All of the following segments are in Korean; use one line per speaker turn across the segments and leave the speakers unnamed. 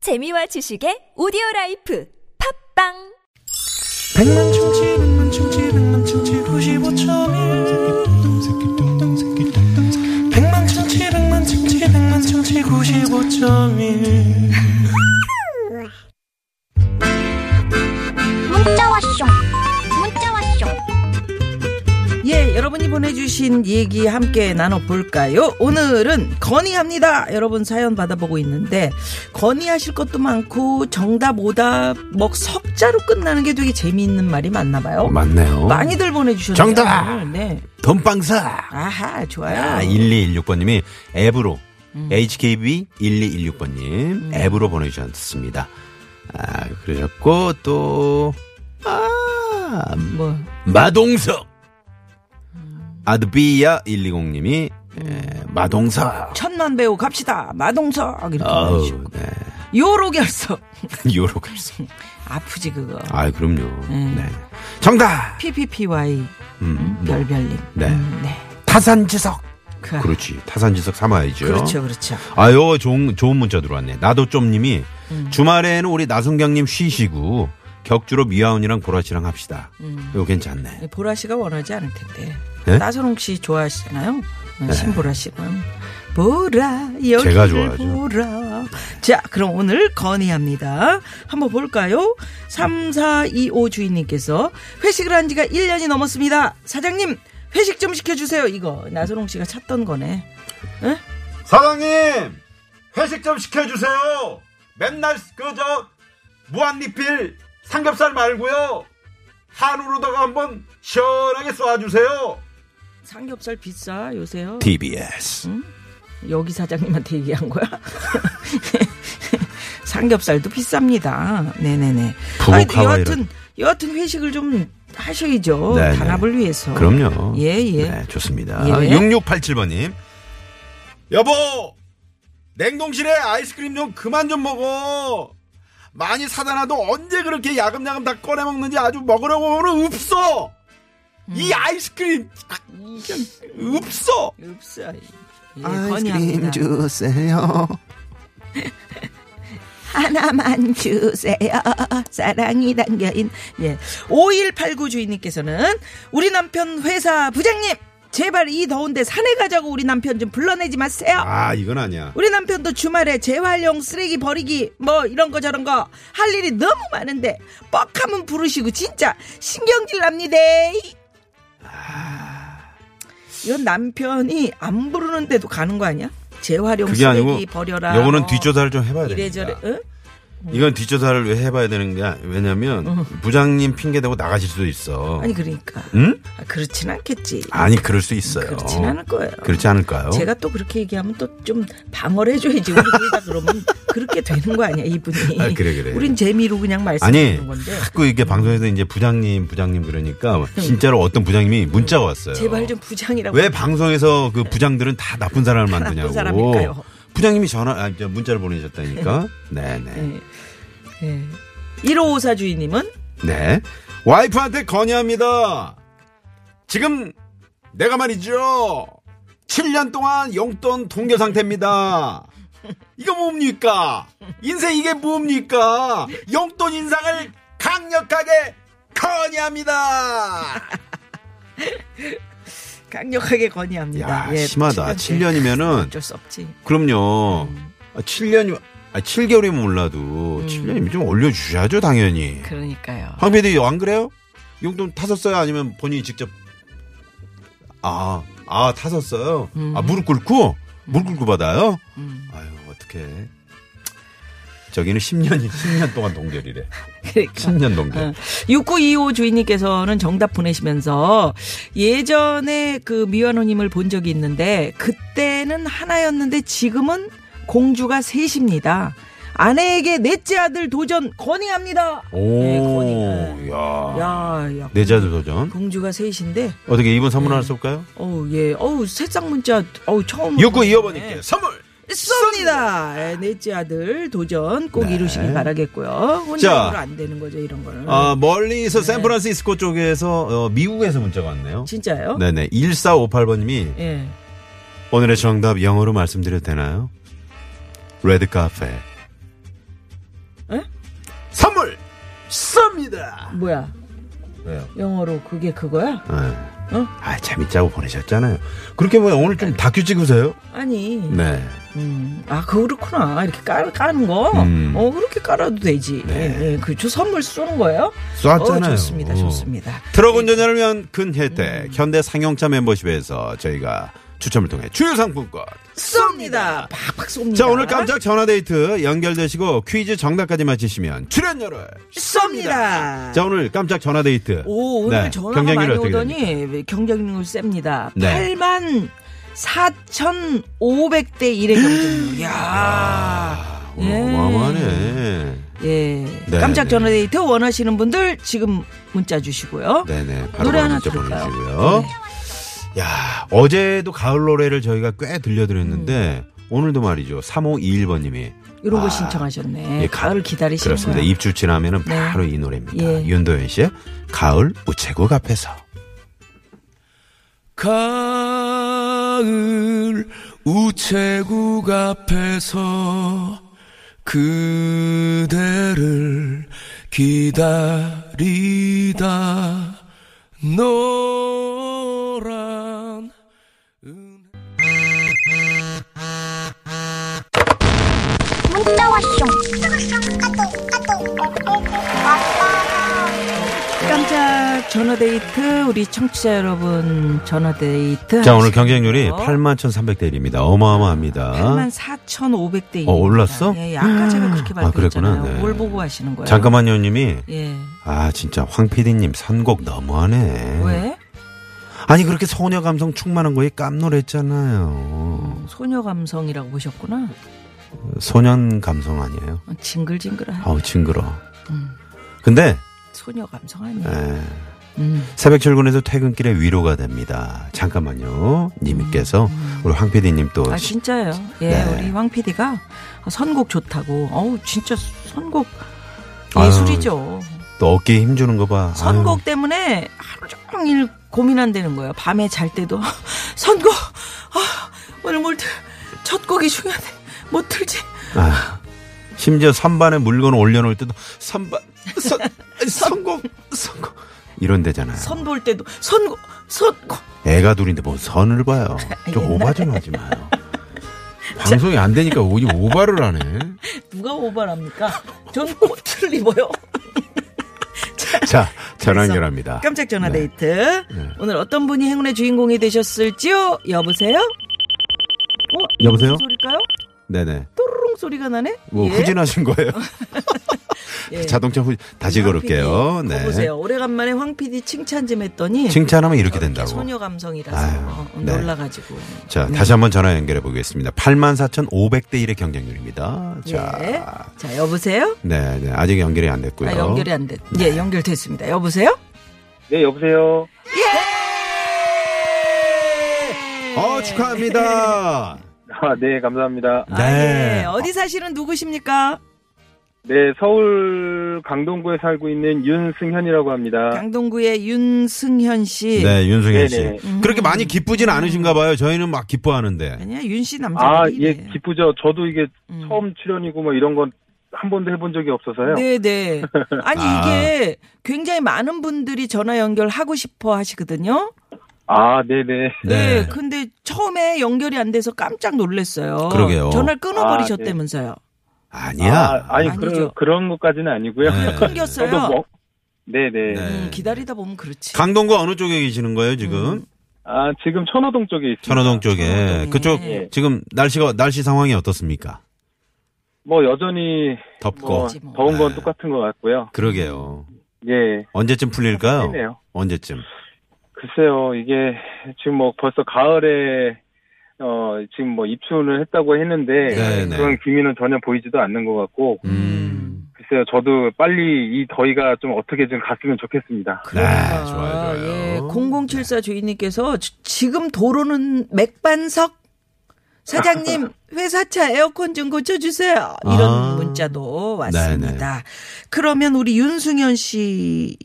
재미와 지식의 오디오 라이프 팝빵
백만 충치 백만 충치 백만 충치 95.1 백만 충치 백만 충치 백만 충치 95.1
문자 왔쇼 문자 왔쇼
예, 여러분이 보내주신 얘기 함께 나눠볼까요? 오늘은 건의합니다. 여러분 사연 받아보고 있는데, 건의하실 것도 많고, 정답, 오답, 뭐, 석자로 끝나는 게 되게 재미있는 말이 많나 봐요.
어, 맞네요.
많이들 보내주셨네요.
정답!
네.
돈방사.
아하, 좋아요.
아, 1216번님이 앱으로 HKB 1216번님 앱으로 보내주셨습니다. 아 그러셨고 또아
뭐,
마동석 음. 아드비야 120님이 에, 마동석
천만 배우 갑시다. 마동석. 이렇게
어우
보내주셨고.
네
요로 결석.
요로 갈수
아프지, 그거.
아 그럼요
음.
네 정답
PPPY
음, 뭐,
별별님.
네. 그렇죠.
음, 네.
타산지석
그,
그렇지 타산지석 삼아야죠
그렇죠, 그렇죠.
아유 좋은, 좋은 문자 들어왔네 나도 좀님이 주말에는 우리 나성경님 쉬시고 격주로 미아원이랑 보라씨랑 합시다 이거 괜찮네
보라 씨가 원하지 않을 텐데.
네?
나선홍 씨 좋아하시잖아요. 어, 신보라 씨는. 보라, 여기
제가 좋아하죠.
보라. 자, 그럼 오늘 건의합니다. 한번 볼까요? 3425 주인님께서 회식을 한 지가 1년이 넘었습니다. 사장님, 회식 좀 시켜주세요. 이거 나선홍 씨가 찾던 거네.
사장님 회식 좀 시켜주세요 맨날 그저 무한리필 삼겹살 말고요 한우로다가 한번 시원하게 쏴주세요
삼겹살 비싸, 요새요.
TBS
여기 사장님한테 얘기한 거야? 삼겹살도 비쌉니다. 네네네.
부부카와
여하튼, 여하튼 회식을 좀 하셔야죠.
네네.
단합을 위해서.
그럼요
예, 예.
네, 좋습니다
예.
6687번님
여보 냉동실에 아이스크림 좀 그만 좀 먹어 많이 사다 놔도 언제 그렇게 야금야금 다 꺼내 먹는지 아주 먹으려고 하면 없어
음.
이 아이스크림 없어
없어. 예, 건의합니다.
주세요
하나만 주세요. 사랑이 담겨인. 예. 5189 주인님께서는 우리 남편 회사 부장님! 제발 이 더운데 산에 가자고 우리 남편 좀 불러내지 마세요.
아 이건 아니야
우리 남편도 주말에 재활용 쓰레기 버리기 뭐 이런 거 저런 거 할 일이 너무 많은데 뻑하면 부르시고 진짜 신경질 납니다. 이건 남편이 안 부르는데도 가는 거 아니야? 재활용
그게
쓰레기
아니고
버려라.
요거는
뭐
뒷조사를 좀 해봐야 돼
이래저래. 어? 응?
이건 뒷조사를 왜 해봐야 되는 게 왜냐면 부장님 핑계 대고 나가실 수도 있어
음. 아니 그러니까.
응?
아, 그렇진 않겠지.
아니 그럴 수 있어요. 그렇죠.
그렇진 않을 거예요.
그렇지 않을까요?
제가 또 그렇게 얘기하면 또 좀 방어를 해줘야지. 우리 둘다 그러면 그렇게 되는 거 아니야 이분이.
아, 그래, 그래.
우린 재미로 그냥
아니
말씀드리는 건데. 네.
자꾸 이게 방송에서 이제 부장님 부장님 그러니까 진짜로 어떤 부장님이 문자가 왔어요.
제발 좀 부장이라고.
왜 방송에서 그 부장들은 다 나쁜 사람을
나쁜
만드냐고.
사람일까요?
부장님이 전화 아, 저 문자를 보내셨다니까. 네네.
예. 1554 주인님은
네.
와이프한테 건의합니다. 지금 내가 말이죠. 7년 동안 용돈 동결 상태입니다. 이거 뭡니까? 인생 이게 뭡니까? 용돈 인상을 강력하게 건의합니다.
강력하게 건의합니다. 예,
야 심하다. 7년이면은
어쩔 수 없지.
그럼요. 아, 7년이 아 7개월이면 몰라도 7년이면 좀 올려주셔야죠 당연히.
그러니까요.
황 PD 안 그래요? 용돈 타셨어요? 아니면 본인이 직접 아, 아 타셨어요?
음.
아 무릎 꿇고 무릎 꿇고 받아요? 아유 어떡해 저기는 10년이 10년 동안 동결이래.
그러니까.
10년 동결.
6925 주인님께서는 정답 보내시면서 예전에 그 미완호님을 본 적이 있는데 그때는 하나였는데 지금은 공주가 셋입니다. 아내에게 넷째 아들 도전 건의합니다. 네, 건의가.
오, 야,
야, 야.
내자도 도전.
공주가 셋인데,
어떻게 이번 선물 하나
네.
쏠까요?
어우, 예, 어우, 새싹 문자, 어우, 처음.
6구 2호번님께 선물.
쏩니다. 네, 넷째 아들 도전 꼭 이루시길 바라겠고요.
네. 자.
혼자로 안 되는 거죠 이런 거는.
아 멀리서 샌프란시스코 쪽에서 어, 미국에서 문자가 왔네요.
네. 진짜요?
네네 1458번님이
예.
오늘의 정답 영어로 말씀드려도 되나요? 레드 카페.
합니다.
뭐야?
왜요?
영어로 그게 그거야?
네.
어?
아 재밌자고 보내셨잖아요. 그렇게 뭐 오늘 좀 다큐 찍으세요?
아니.
네.
음, 아, 그렇구나. 이렇게 깔, 까는 거.
음. 네.
어, 그렇게 깔아도 되지. 예, 예. 그저 선물 쏘는 거예요?
쐈잖아요.
어, 좋습니다. 음.
어.
좋습니다.
트럭 운전자를 위한 근 혜택 현대 상용차 멤버십에서 저희가 추첨을 통해 주요 상품권.
쏩니다. 팍팍 쏩니다.
자 오늘 깜짝 전화 데이트 연결되시고 퀴즈 정답까지 맞히시면 출연료를.
쏩니다.
자 오늘 깜짝 전화 데이트.
오, 오늘
네,
전화가
경쟁률이
많이
어떻게
오더니 경쟁률 셉니다.
네.
8만 4,500대 1의 경쟁률. 야
오늘 어마어마하네.
예.
아. 네,
깜짝
네.
전화 데이트 원하시는 분들 지금 문자 주시고요.
네네. 바로
노래
바로
하나
문자
들을까요?
보내주시고요. 야 어제도 가을 노래를 저희가 꽤 들려드렸는데 오늘도 말이죠. 3521번님이
이런 음. 거
아,
신청하셨네.
예, 가-
가을을 기다리시는
그렇습니다.
거야.
입주 지나면은
네.
바로 이 노래입니다.
예.
윤도현 씨의 가을 우체국 앞에서.
가을 우체국 앞에서 그대를 기다리다 노란
문자 왔쇼. 까똑 까똑. 왔다.
깜짝 전화 데이트 우리 청취자 여러분 전화 데이트
자, 오늘 경쟁률이
하시고요.
81,300대 1입니다. 어마어마합니다.
8만 4,500대 1.
어, 올랐어?
예, 예, 아까 제가 그렇게
아,
발표했잖아요.
그랬구나. 네.
뭘 보고 하시는 거예요?
잠깐만요, 님이.
예.
아, 진짜 황 PD님 선곡 너무하네.
왜?
아니, 그렇게 소녀 감성 충만한 거에 깜놀했잖아요.
소녀 감성이라고 보셨구나.
소년 감성 아니에요?
어, 징글징글한
아우, 징그러.
음.
근데,
소녀 감성 아니에요.
에,
음.
새벽 출근해서 퇴근길에 위로가 됩니다. 잠깐만요. 님께서, 우리 황 PD님 또.
음. 아
시-
진짜요. 예,
그렇죠. 네.
우리 황 PD가 선곡 좋다고. 어우 진짜 선곡
아유,
예술이죠.
또 어깨에 힘주는 거 봐. 아유.
선곡 때문에 하루 종일 고민 안 되는 거예요. 밤에 잘 때도 선곡 아, 오늘 뭘 첫 곡이 중요한데 못 틀지.
아, 심지어 선반에 물건을 올려놓을 때도 선반 선 선곡 선곡 이런 데잖아요.
선 볼 때도 선곡 선곡
애가 둘인데 뭐 선을 봐요. 좀
옛날에.
오바 좀 하지 마요. 방송이 안 되니까 오니 오바를 하네.
누가 오바랍니까? 전 꽃을 입어요.
자 전화 연결합니다.
깜짝 전화
네.
데이트. 오늘 어떤 분이 행운의 주인공이 되셨을지요? 여보세요? 어?
여보세요?
무슨 소리일까요?
네네.
또르릉 소리가 나네?
뭐 후진하신 거예요?
예.
자동차 후 다시
황
걸을게요.
PD, 어,
네.
보세요. 오래간만에 황 PD 칭찬 좀 했더니
칭찬하면 이렇게 된다고.
소녀 감성이라서
아유,
어,
네.
놀라가지고. 네.
자 다시 한번 전화 연결해 보겠습니다. 84,500대 1의 경쟁률입니다. 자.
예. 자 여보세요?
네, 네. 아직 연결이 안 됐고요. 네.
아, 연결이 안 됐. 예, 연결됐습니다. 여보세요?
네, 여보세요.
어, 축하합니다.
아, 네, 감사합니다.
아,
네.
예. 어디 사실은 누구십니까?
네, 서울 강동구에 살고 있는 윤승현이라고 합니다.
강동구의 윤승현 씨. 음.
네, 윤승현 씨.
네네.
그렇게 많이 기쁘진 않으신가 봐요. 저희는 막 기뻐하는데.
아니야 윤 씨 남자.
아, 예,
네.
기쁘죠. 저도 이게 처음 출연이고 뭐 이런 건 한 번도 해본 적이 없어서요.
네네. 아니
아.
이게 굉장히 많은 분들이 전화 연결 하고 싶어 하시거든요.
아, 네네.
네.
네.
근데 처음에 연결이 안 돼서 깜짝 놀랐어요.
그러게요.
전화를
예.
끊어버리셨다면서요.
아니야.
아, 니
아니죠.
그런, 그런 것까지는 아니고요.
네.
끊겼어요.
저도 뭐, 네네.
네.
음, 기다리다 보면 그렇지.
강동구 어느 쪽에 계시는 거예요, 지금?
아, 지금 천호동 쪽에 있습니다.
천호동 쪽에.
아, 천호동에.
그쪽
네.
예.
지금 날씨가 날씨 상황이 어떻습니까?
뭐 여전히
덥고.
뭐
덥지 뭐.
더운 건
네.
똑같은 것 같고요.
그러게요.
예.
언제쯤 풀릴까요?
풀리네요.
언제쯤?
글쎄요, 이게 지금 뭐 벌써 가을에 어 지금 뭐 입춘을 했다고 했는데
네, 네.
그런 기미는 전혀 보이지도 않는 것 같고
음.
글쎄요, 저도 빨리 이 더위가 좀 어떻게 좀 갔으면 좋겠습니다.
그러니까.
네, 좋아요, 네. 좋아요.
예, 0074 주인님께서 지- 지금 도로는 맥반석 사장님 회사차 에어컨 좀 고쳐주세요. 이런
아.
문자도 왔습니다. 그러면 우리 윤승현 씨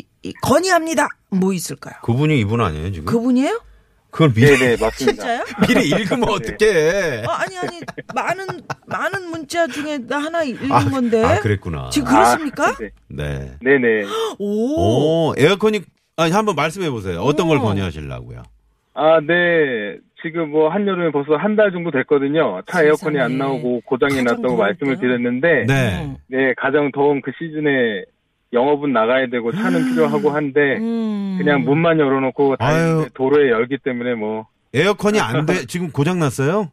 건의합니다. 뭐 있을까요?
그분이 이분 아니에요, 지금?
그분이에요?
그걸 미리
네네 네. 맞습니다.
진짜요?
미리 읽으면 어떡해.
아, 아니 아니 많은 많은 문자 중에 나 하나 읽은
아,
건데
아, 그랬구나.
네? 지금 그렇습니까?
네.
네네.
오,
오, 에어컨이 아니 한번 말씀해 보세요. 어떤 걸
오.
권유하시려고요?
아, 네. 지금 뭐 한여름에 벌써 한 달 정도 됐거든요. 차 에어컨이
세상에.
안 나오고 고장이
가장
났다고
더울
말씀을
때요?
드렸는데, 네.
네.
가장 더운 그 시즌에 영업은 나가야 되고 차는 필요하고 한데,
음.
그냥 문만 열어놓고
아유.
다 도로에 열기 때문에 뭐,
에어컨이 안 돼. 지금 고장 났어요?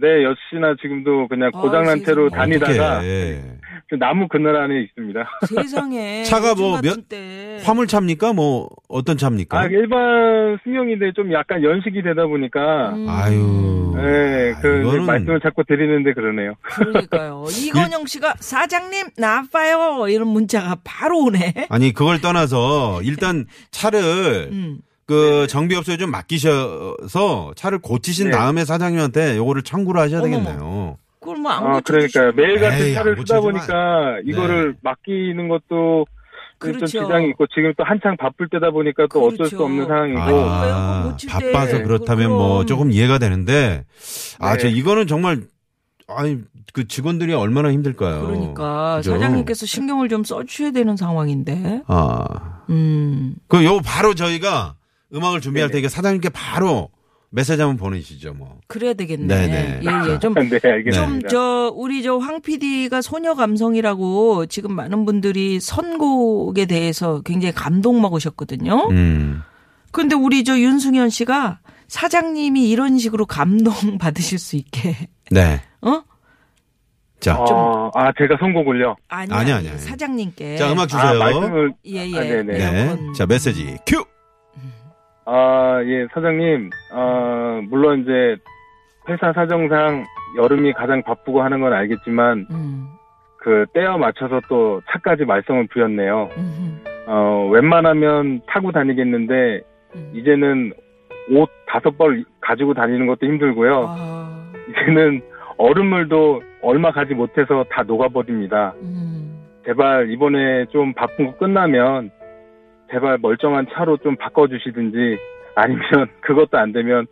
네, 역시나 지금도 그냥
아,
고장난 채로
세상에.
다니다가 네.
어떡해.
지금 나무 그늘 안에 있습니다.
세상에
차가 뭐
요즘 같은
몇-
때.
화물 차입니까? 뭐 어떤 차입니까?
아, 일반 승용인데 좀 약간 연식이 되다 보니까,
음.
아유.
네,
아,
그 이제
이거는
말씀을 자꾸 드리는데 그러네요.
그러니까요. 이건영 씨가 사장님 나빠요 이런 문자가 바로 오네.
아니 그걸 떠나서 일단 차를
음.
그 정비업소에 좀 맡기셔서 차를 고치신
네.
다음에 사장님한테 요거를 청구를 하셔야
어머머.
되겠네요.
그걸 뭐 아무도
아, 그러니까 매일 같은
에이,
차를
안
쓰다
고쳐주면
보니까 이거를
네.
맡기는 것도
그렇죠.
좀 지장이 있고 지금 또 한창 바쁠 때다 보니까 또 어쩔
그렇죠.
수 없는 상황이고
아니, 왜요? 그거 고칠 때.
바빠서 그렇다면
그럼.
뭐 조금 이해가 되는데 아
네.
저 이거는 정말 아니 그 직원들이 얼마나 힘들까요?
그러니까
그죠?
사장님께서 신경을 좀 써주셔야 되는 상황인데.
아
음.
그럼 요 바로 저희가 음악을 준비할
네네.
테니까 사장님께 바로 메시지 한번 보내시죠 뭐.
그래야 되겠네.
네네.
예, 예. 좀,
네,
좀,
알겠습니다.
저, 우리 저 황 PD가 소녀 감성이라고 지금 많은 분들이 선곡에 대해서 굉장히 감동 먹으셨거든요.
음.
그런데 우리 저 윤승현 씨가 사장님이 이런 식으로 감동 받으실 수 있게,
네.
어?
자.
어, 아, 제가 선곡을요.
아니, 아니,
아니, 아니, 아니.
사장님께.
자 음악
아,
주세요.
말씀을
예, 예.
아, 네네.
네.
에어컨.
자 메시지 큐.
아, 예, 사장님. 아, 물론 이제 회사 사정상 여름이 가장 바쁘고 하는 건 알겠지만
음,
그 때와 맞춰서 또 차까지 말썽을 부렸네요.
음,
어, 웬만하면 타고 다니겠는데
음.
이제는 옷 다섯 벌 가지고 다니는 것도 힘들고요.
아,
이제는 얼음물도 얼마 가지 못해서 다 녹아버립니다.
음.
제발 이번에 좀 바쁜 거 끝나면 제발 멀쩡한 차로 좀 바꿔주시든지 아니면 그것도 안 되면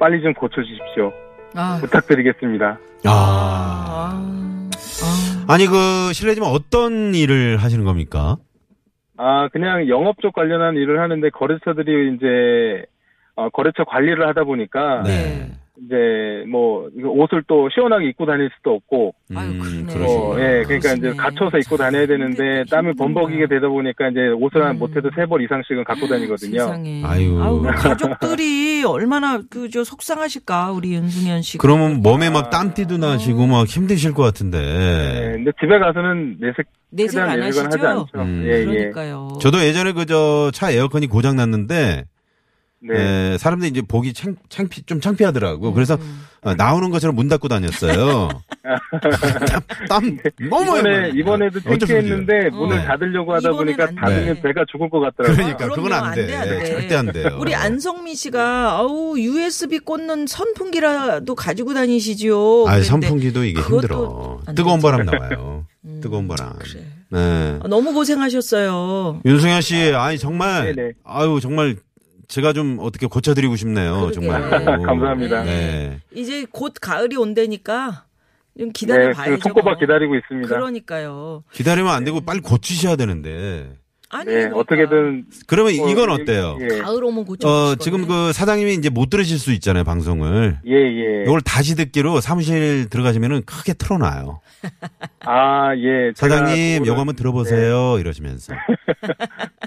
빨리 좀 고쳐주십시오.
아.
부탁드리겠습니다.
아.
아.
아니 그 실례지만 어떤 일을 하시는 겁니까?
아, 그냥 영업 쪽 관련한 일을 하는데 거래처들이 이제 어, 거래처 관리를 하다 보니까
네.
이제 뭐 이거 옷을 또 시원하게 입고 다닐 수도 없고
아유, 그러네.
그러시구나.
어, 예, 그러니까 이제
그러시네.
갇혀서 입고 다녀야 되는데
힘들-
땀이
힘든다.
범벅이게 되다 보니까 이제 옷을 한
음.
못해도 세 벌 이상씩은 갖고 다니거든요.
세상에.
아유.
아우, 그럼 가족들이 얼마나 그 저 속상하실까 우리 윤승현 씨.
그러면 몸에 막 땀띠도 나시고 막 힘드실 것 같은데.
아. 네, 근데 집에 가서는 내색
내색
최대한
안
내색은
하시죠?
하지 않죠.
음.
예, 예.
그러니까요.
저도 예전에 그저 차 에어컨이 고장 났는데
네.
에, 사람들이 이제 보기 창, 창피 좀 창피하더라고. 그래서
음.
어, 나오는 것처럼 문 닫고 다녔어요. 땀, 땀 너무
이번에
해요.
이번에도
어쩔 수 없죠.
창피했는데 문을
네.
닫으려고 하다
이번엔
보니까
안 돼.
닫으면 배가 죽을 것 같더라고요.
네.
그러니까 그건
그럼요,
안
안
돼.
돼, 안 돼.
절대 안 돼요. 네.
우리 안성민 씨가 아우 USB 꽂는 선풍기라도 가지고 다니시지요.
아,
그랬는데
선풍기도 이게
그것도
힘들어.
안
뜨거운
되죠. 음,
바람 나와요. 뜨거운 바람. 네.
아, 너무 고생하셨어요.
윤승현 씨, 아니 정말
네네.
아유 정말 제가 좀 어떻게 고쳐드리고 싶네요.
그러게.
정말.
감사합니다.
네.
이제 곧 가을이 온다니까 좀 기다려
네,
봐야죠.
그 손꼽아 기다리고 있습니다.
그러니까요.
기다리면 안 되고 빨리 고치셔야 되는데.
아니
네,
그러니까
어떻게든
그러면
뭐,
이건 어때요?
예,
가을 오면 고쳐.
어 지금 그 사장님이 이제 못 들으실 수 있잖아요 방송을.
예, 예.
이걸 다시 듣기로 사무실 들어가시면은 크게 틀어놔요.
아, 예. 제가
사장님,
그거를 네,
요거 한번 들어보세요. 이러시면서.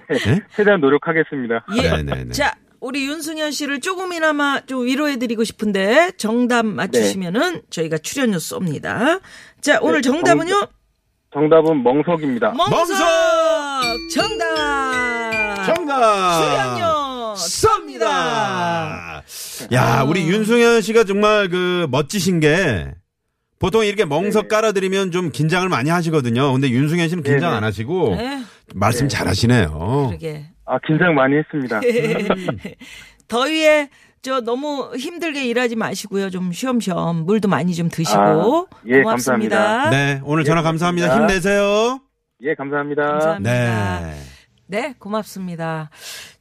네?
최대한 노력하겠습니다.
예.
네네네.
자, 우리 윤승현 씨를 조금이나마 좀 위로해드리고 싶은데 정답 맞추시면은 저희가 출연료 쏩니다. 자, 오늘
네,
정답은요?
정답은 멍석입니다.
멍석!
멍석!
정답!
정답!
아, 출연료 쏩니다!
야, 우리 윤승현 씨가 정말 그 멋지신 게 보통 이렇게 멍석
네네.
깔아드리면 좀 긴장을 많이 하시거든요. 근데 윤승현 씨는 긴장
네네.
안 하시고
네,
말씀 잘 하시네요.
그러게.
아, 긴장 많이 했습니다.
더위에 저 너무 힘들게 일하지 마시고요. 좀 쉬엄쉬엄 물도 많이 좀 드시고.
아, 예,
고맙습니다.
감사합니다.
네, 오늘 전화
예,
감사합니다.
고맙습니다.
힘내세요.
예, 감사합니다.
감사합니다.
네.
네, 고맙습니다.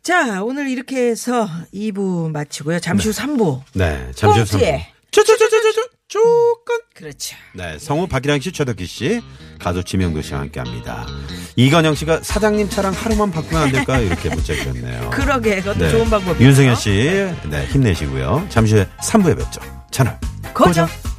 자, 오늘 이렇게 해서 2부 마치고요. 잠시 후 3부.
네, 잠시 후
스포츠에.
3부. 쪼쪼쪼쪼쪼 조건.
그렇죠.
네, 성우 박기량 씨, 최덕기 씨, 가수 지명도 씨와 함께합니다. 이건영 씨가 사장님 차랑 하루만 바꾸면 안 될까요? 이렇게 문자 주셨네요.
그러게, 그것도 좋은 방법이에요.
윤승현 씨, 네 힘내시고요. 잠시 후에 3부에 뵙죠. 채널
고정.
고정.